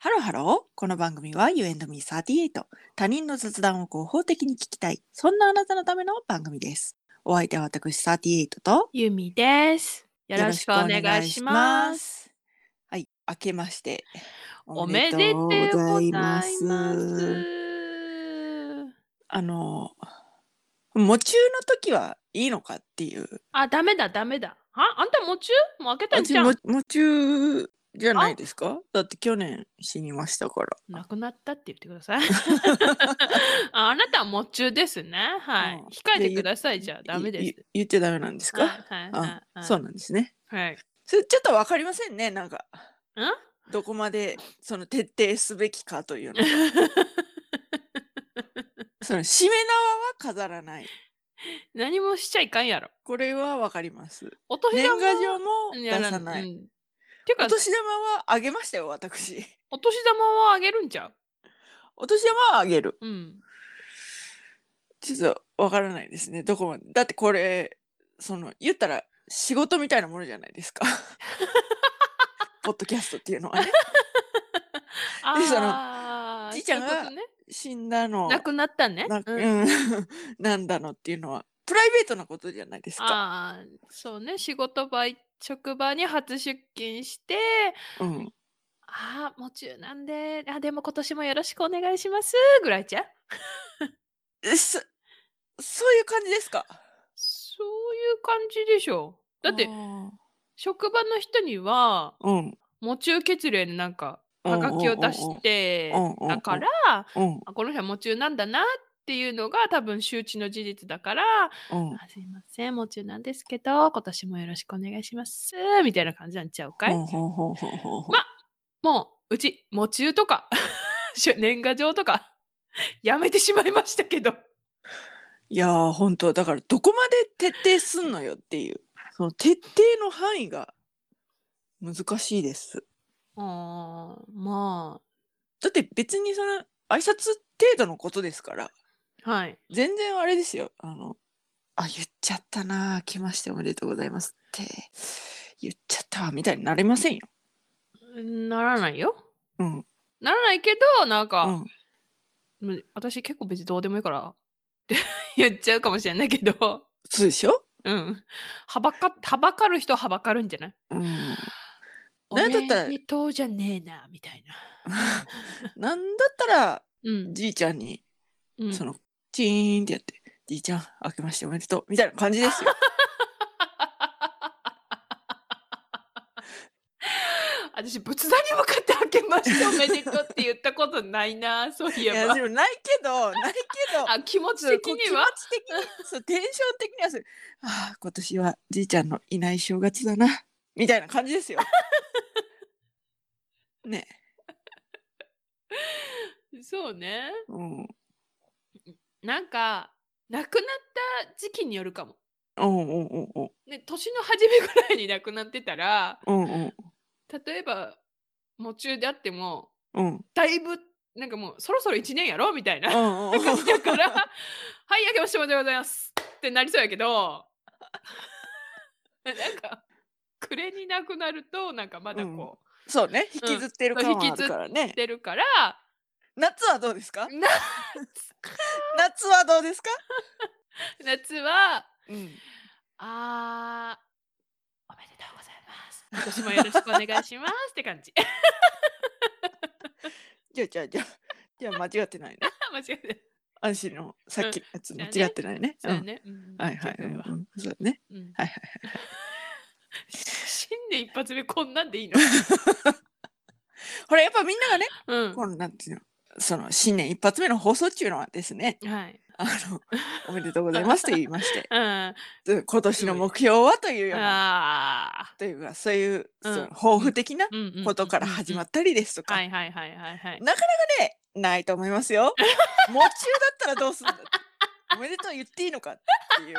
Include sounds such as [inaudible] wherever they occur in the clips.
ハローハロー。この番組は You and me38。他人の雑談を合法的に聞きたい。そんなあなたのための番組です。お相手は私38とゆみです。よろしくお願いします。す。はい。明けまして。おめでとうございます。あの、夢中の時はいいのかっていう。あ、ダメだ、ダメだ。あ、あんた夢中もう開けたん私じゃもん。夢中じゃないですかだって去年死にましたから。なくなったって言ってください。ああなたは夢中ですね。はい。うん控えでてください。じゃあ、ダメいですい。言っちゃダメなんですか、はいはいあはい。そうなんですね。はい。それちょっとわかりませんね。なんか。んどこまでその徹底すべきかというのその締め縄は飾らない何もしちゃいかんやろ。これはわかりますお年年玉賀状も出やらさない、うんてかお、年玉はあげましたよ私お年玉はあげるんちゃうお年玉はあげるうん。ちょっとわからないですねどこまでだってこれその言ったら仕事みたいなものじゃない [laughs] ですかポッドキャストっていうのはねでそのあーじいちゃんがそういうことね死んだのなくなったね。な,、うんうん、 [laughs] なんだのっていうのはプライベートなことじゃないですか、ああそうね仕事場い職場に初出勤してうん、ああもう中なんであでも今年もよろしくお願いしますぐらいちゃうそそういう感じですかそういう感じでしょだってう職場の人にはんもう中血連なんかうんうはんうんうんがきを出してうんうんうんだからうんあこの人はもう中なんだなっていうのが多分周知の事実だからうんあすいませんもう中なんですけど今年もよろしくお願いしますみたいな感じなんちゃうかい、ほんほんほんほんほんほんまもう、うち、喪中とか、 [laughs] しゅ年賀状とか、やめてしまいましたけど。いやー本当だからどこまで徹底すんのよっていうその徹底の範囲が難しいですあーまだって別にその挨拶程度のことですからあ、はい。全然あれですよあのあ言っちゃったな来ましておめでとうございますって言っちゃったわみたいになれませんよならないよ。うんならないけど、なんうか、んむ私結構別にどうでもいいから、って [laughs] 言っちゃうかもしれないけど、そうでしょうん。はばか、はばかる人ははばかるんじゃないうんおなんめだったらでとうじゃねえな、みたいな。なんだったらうん。じいちゃんにうんそのチーンってやって「じいちゃん明けましておめでとう」みたいな感じですよ。私仏壇に向かって開けましておめでとうって言ったことないなそういいえやばでもないけどないけどあ気持ちそう的こうには気持ち的にそうテンション的にはそう「ああ今年はじいちゃんのいない正月だな」みたいな感じですよ。ね、そうねうん、なんか亡くなった時期によるかも、うんうんうんうんね、年の初めぐらいに亡くなってたらうん例えば夢中であってもうんうんだいぶなんかもうそろそろ1年やろみたいなうんうん [laughs] 感じだから「はい明けましておめでとうございます」ってなりそうやけどなんか暮れになくなるとなんかまだこそうね引きずってる感はあるからう、ね、出るから夏はどうですかな夏はどうですか、夏はうん、 「あーおめでとうございます」「今年もよろしくお願いします」って感じじゃあじゃあじゃあじゃあ間違ってないね [laughs] 間違えない安心のさっきのやつん間そうやね違ってないね。そうやね、うんうんはいはい。う間違えんわうんそうだね。うんはいはい新年一発目こんなんで [laughs] いいの、ほらやっぱみんながね、うんこのなんていうの、その新年一発目の放送中のはですね、はいあのおめでとうございますと言いま [laughs] して、うん、うん今年の目標はというようなあーというかそういううんその抱負的なうんうんうんうんうんことから始まったりですとか、はいはいはいはいはい。なかなかねないと思います [laughs] よ。夢中だったらどうするんだ。おめでとう言っていいのかっていう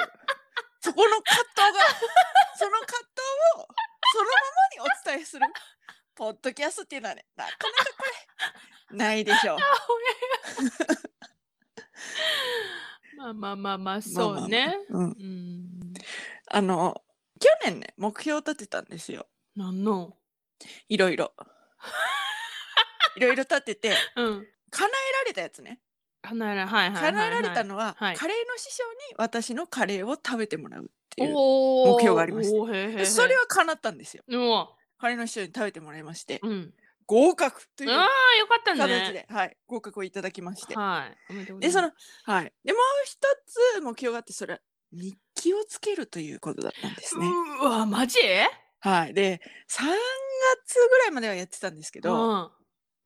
そこの葛藤がその葛藤をそのままにお伝えするポッドキャストっていうのはねなかなかこれないでしょう。まあまあまあまあ、そうね。まあまあうん、うん。あの去年ね目標を立てたんですよ。なんのいろいろ。いろいろ立っててうん。叶えられたやつね叶えられ、はいはいはい、はい。叶えられたのは、はいカレーの師匠に私のカレーを食べてもらうっていうお目標がありましておーへーへーへでーそれは叶ったんですよでも、カレーの師匠に食べてもらいましてうん。合格というああ、よかったね。形で、はい、合格をいただきましてはい。おめでとうござでいそますのはいでもう一つ目標があってそれは日記をつけるということだったんですね、うーわ、マジはいで3月ぐらいまではやってたんですけうど、ん。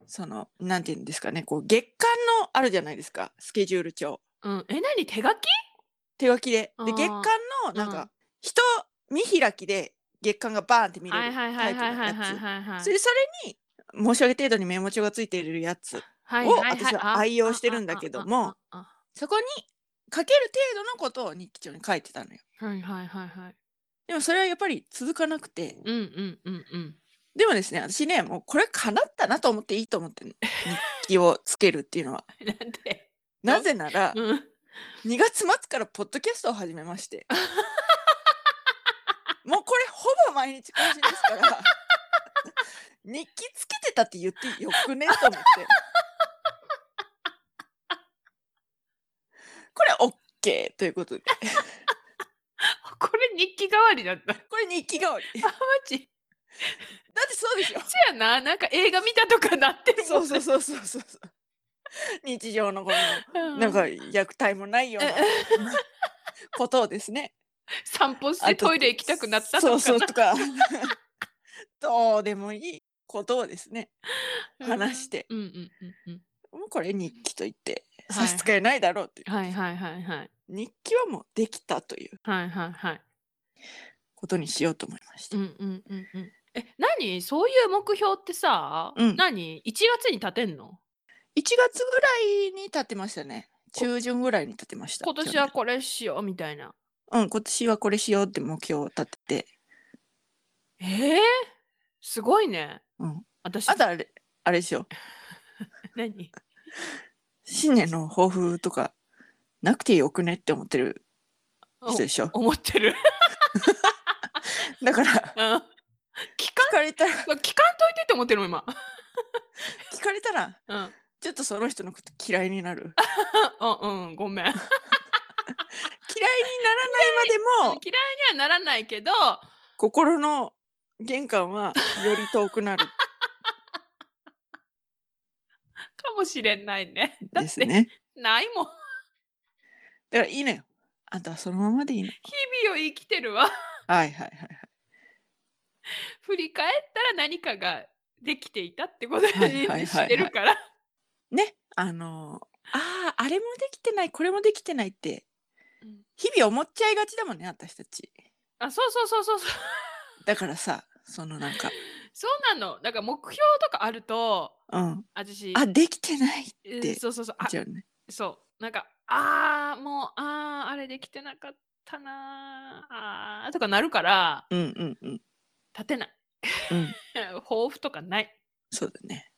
そのなんていうんですかねこう月間のあるじゃないですかスケジュール帳うん、え、何手書き手書きであでー月間のなんうんか人見開きで月間がバーンって見れはいるはタイいはいプはいのはいやはいつはいはい。それそれに申し上げ程度にメモ帳がついているやつはいをいい私はあ愛用してるんだけどもああそこに書ける程度のことを日記帳に書いてたのよああはいはいはいはい。でもそれはやっぱり続かなくてうんうんうん [laughs] うん。でもですね私ねもうこれ叶ったなと思っていいと思ってんの日記をつけるっていうのは [laughs] なんでなぜならうん。 2月末からポッドキャストを始めまして [laughs] もうこれほぼ毎日更新ですから日記つけてたって言ってよくねと思ってこれ OK ということでこれ日記代わりだった。あ、これ日記代わりだマジってそう [laughs] でしょそやな。なんか映画見たとかなってるもそんうそうそうそうそうそう日常のこのうなんか虐待もないようなことをですね散歩しあてとトイレ行きたくなったとかそな。うそうとか [laughs] どうでもいいことをですねうん話してうんうんうんうん。もうこれ日記と言ってはい差し支えないだろうという、はいはいはいはい。日記はもうできたというはいはいはい。ことにしようと思いましうた、んうんうんうん。え、何そういう目標ってさ、うん何 ?1 月に立てんの1月ぐらいに立てましたね中旬ぐらいに立てました今年はこれしようみたいな。去年うん今年はこれしようって目標を立てて、えー、すごいね。うん、私、あとあれあれでしょ何新年の抱負とかなくてよくねって思ってる人でしょお思っ [laughs] てる。だ [laughs] からうん期聞かれたら間、期間といてって思ってるもん今。聞かれたらうん。ちょっとその人のこと嫌いになる嫌いにうん、うん、ごめん。嫌 [laughs] いならないまでもにはならないけど、心の玄関はより遠くなるかもしれないね。だっですて、ねないもん。だからいいのよあんたはそのままでいいの日々を生きてるわ。 [laughs] はいはいは振り返ったら何かができていたってことにはいはいはいはいしてるから。いねあのーあーあれもできてないこれもできてないってうん日々思っちゃいがちだもんね私たちあ、そうそうそうそうそう。だからさそのなんかそうなの。なんか目標とかあると、うん私、あできてないえてーそうそうそう。あじゃあねそうなんかあーもうあーあれできてなかったなーあーとかなるからうんうんうん立てない [laughs] うん抱負とかないそうだね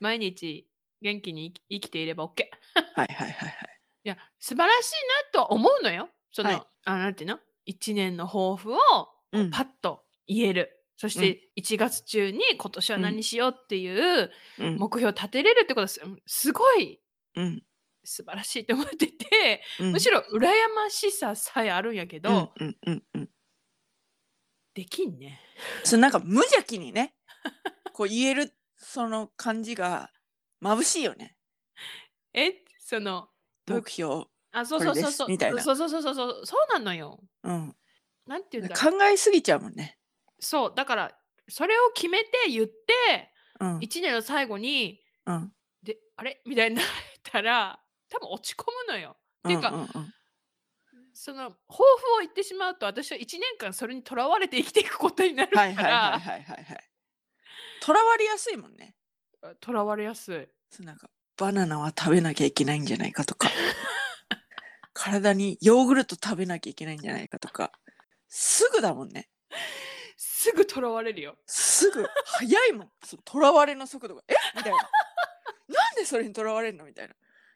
毎日元気に生き生きていれば OK いはいはいはいはいや素晴らしいなとは思うのよその、はいあなんていうの1年の抱負をうんパッと言える、そして1月中に今年は何しようっていううん目標を立てれるってことはすすごいうん素晴らしいと思ってて、うんむしろ羨ましささえあるんやけど、うんうんうんうんできんね。そのなんか無邪気にね [laughs] こう言えるその感じが眩しいよねえそのどういう目標あそうこそれでうそうすそうみたいなそうそうそうそうそうそうなのよ。うんなんて言うんだろう考えすぎちゃうもんねそうだからそれを決めて言ってうん1年の最後にうんであれみたいになったら多分落ち込むのよ。ていうかんんんその抱負を言ってしまうと私は1年間それにとらわれて生きていくことになるかはいはいはいらはいはいはいとらわれやすいもんねとらわれやすい。そうなんかバナナは食べなきゃいけないんじゃないか [laughs] とか体にヨーグルト食べなきゃいけないんじゃないかとかすぐだもんねすぐとらわれるよ。すぐ早いもん [laughs] そのとらわれの速度がえみたいな [laughs] なんでそれにとらわれるのみたいな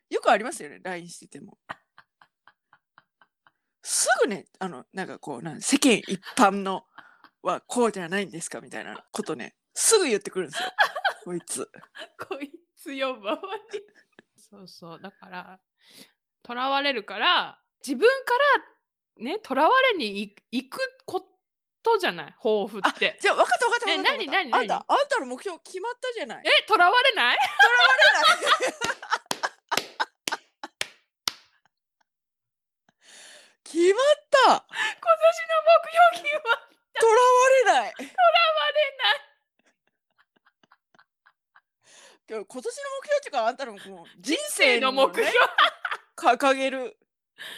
よくありますよね LINE しててもすぐねあのなんかこうなん世間一般のはこうじゃないんですかみたいなことねすぐ言ってくるんですよこいつ。こいつ呼ばわり。そうそう。だから、とらわれるから、自分からね、とらわれにい行くことじゃない抱負って。 [laughs] じゃあ分かった分かったえ分かった分かった。何何何あんたあんたの目標決まったじゃない。え、とらわれない決まった。今年の目標金はとらわれない。 [laughs] 今日今年の目標っていうかあんたのもう人生の目標、ね、掲げる。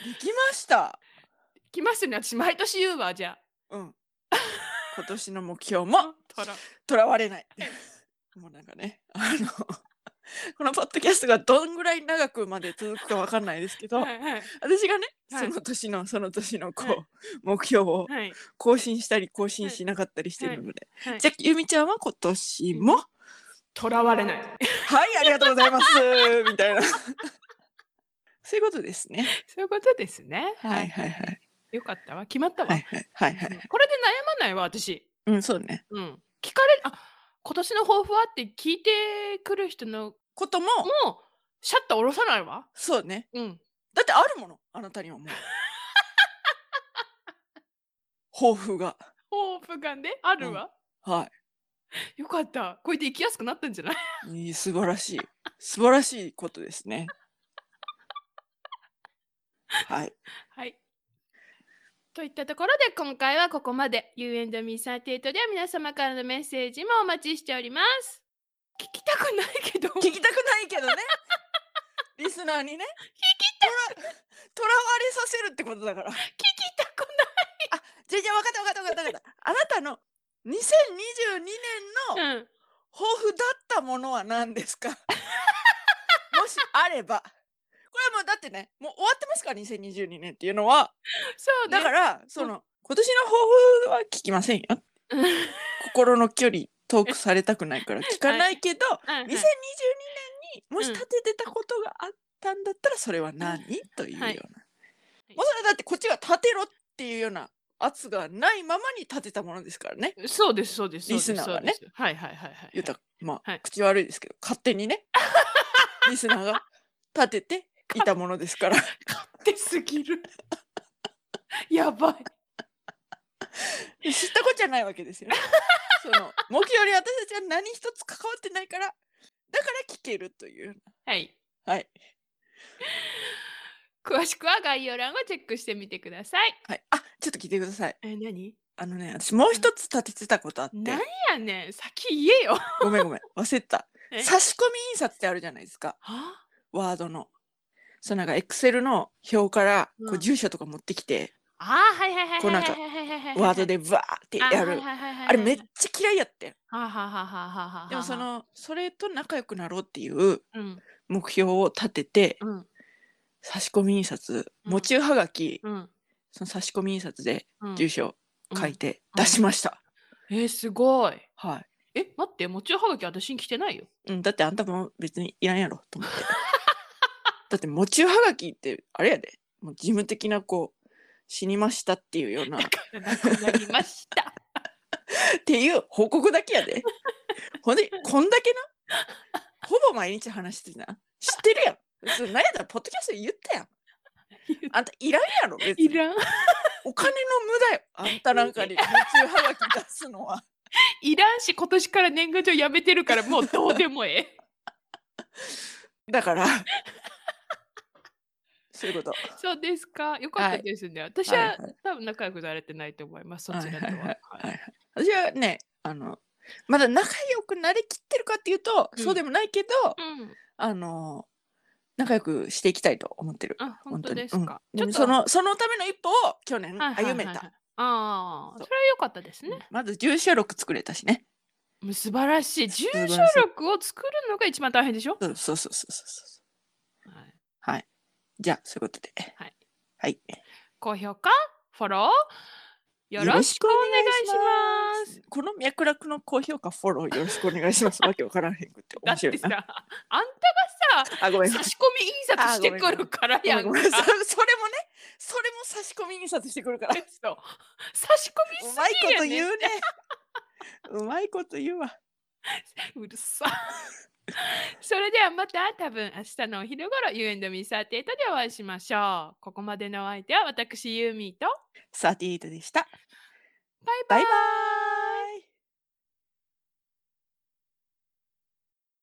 できました。来ますね。私、毎年言うわ、じゃうん。今年の目標あ。もとらとらわれない。もうなんかね、あの、このポッドキャストがどんぐらい長くまで続くかわかんないですけど、はいはい私がね、はいその年のその年のこう、はい目標をはい更新したり更新しなかったりしてるので、はいじゃあゆみちゃんは今年も、とらわれない。 [laughs] はい、ありがとうございます [laughs] みたいな。そういうことですね。そういうことですね。はいはいはい。よかったわ。決まったわ。はいはいはいはうんい。これで悩まないわ、私。うん、そうね。うん。聞かれる、あ今年の抱負はって聞いてくる人のことも、もうシャッター下ろさないわ。そうね。うん。だってあるもの、あなた [laughs] にはもう。抱負が。抱負がね、あるわ。はよかった。こうやって生きやすくなったんじゃないい。いい素晴らしい。素晴らしいことですね。はい。はい。といったところで今回はここまで U&Me38 では皆様からのメッセージもお待ちしております。聞きたくないけど。聞きたくないけど [laughs] ね。リスナーにね。とらわれさせるってことだから。聞きたくじゃあじゃあ分かった分かった分かった分かった。あなたの2022年のない。うん。抱負だったものは何です [laughs] かもしあればこれはもうだってねもう終わってますから2022年っていうのはそうねだから、その今年の抱負は聞きませんようん。はい心の距離遠くされたくないから聞かないけど、はい2022年にもし立ててたことがあったんだったらそれは何、というような、はいもうそれはだってこっちが立てろっていうような圧がないままに立てたものですからねそうです、そうです。そうですリスナーはね。そうですはいはいはいはい。言うたまあ、はい口悪いですけど勝手に [laughs] ねリスナーが立てていたものですから勝手すぎる。やばい。知ったことじゃないわけ [laughs] ですよねその目標に私たちは何一つ関わってないからだから聞けるというはい。はい詳しくは概要欄をチェックしてみてください。はいあちょっと聞いてくださいえ、何あのね私もう一つ立ててたことあって何やねん。先言えよ。ごめんごめん忘れてたえ差し込み印刷ってあるじゃないですかはワードのそうなんかエクセルの表からこううん住所とか持ってきて、ああ、はいはいはいこはうないはんいかはいはいはい。ワードでブワーってやるああれめっちゃ嫌いやってんはあはあはあはあはあはあ。でもそ、のそれと仲良くなろうっていううん目標を立ててうん差し込み印刷うん持ちはがきうんその差し込み印刷でうん。住所書いうんてうん出しました、えー、すごい。はい、え、待って、もちろんはがき私に来てない [laughs] よ。うん、だってあんたも別にいらんやろと思 [laughs] ってだって持ちはがきってあれやでもう事務的なこう死にましたっていうようなっなくなりました。ていう報告だけや [laughs] でほんでこんだけなほぼ毎日話してな知ってるやんそれ何やったらポッドキャストで言ったやんあんたいらんやろ別にいらん。お金の無駄よあんたなんかに夢中はがき出すのはいらんし、今年から年賀状やめてるから、もうどうでもえ [laughs] え。だからそういうことそうですか。よかっはたいですね。私はいははい多分仲良くなれてないと思います。そちらはいとは。はいはいはいはい、私はねあのまだ仲良くなりきってるかっていうと、うんそうでもないけどうん。あの仲良くしていきたいと思ってるあ、本当にですか。うんちでょもっとそのそのための一歩を去年はいはいはい歩めた、はいああ、そうそれは良かったですね。うんまず住所録作れたしねもう素晴らしい。住晴らしい所録を作るのが一番大変でしょ。そうそうそうそうそうそうはいはいじゃあそういうことではい、はい、高評価、フォロー、よろしくお願いします。この脈絡の高評価フォローよろしくお願いしますわけわからへんくってだ面っ白ていさ、な [laughs] あんたがさ、あごめん差し込み印刷してくるからやごめんんごかめん。そそれもねそれも差し込み印刷してくる [laughs] からそう差し込みうまいことすぎ言やねうね。うまいこと言うわ。うるさ。それではまた多分明日のお昼頃 U&Me38 でお会いしましょう。ここまでのお相手は私ユーミーとサティートでした。バイババイイバーイ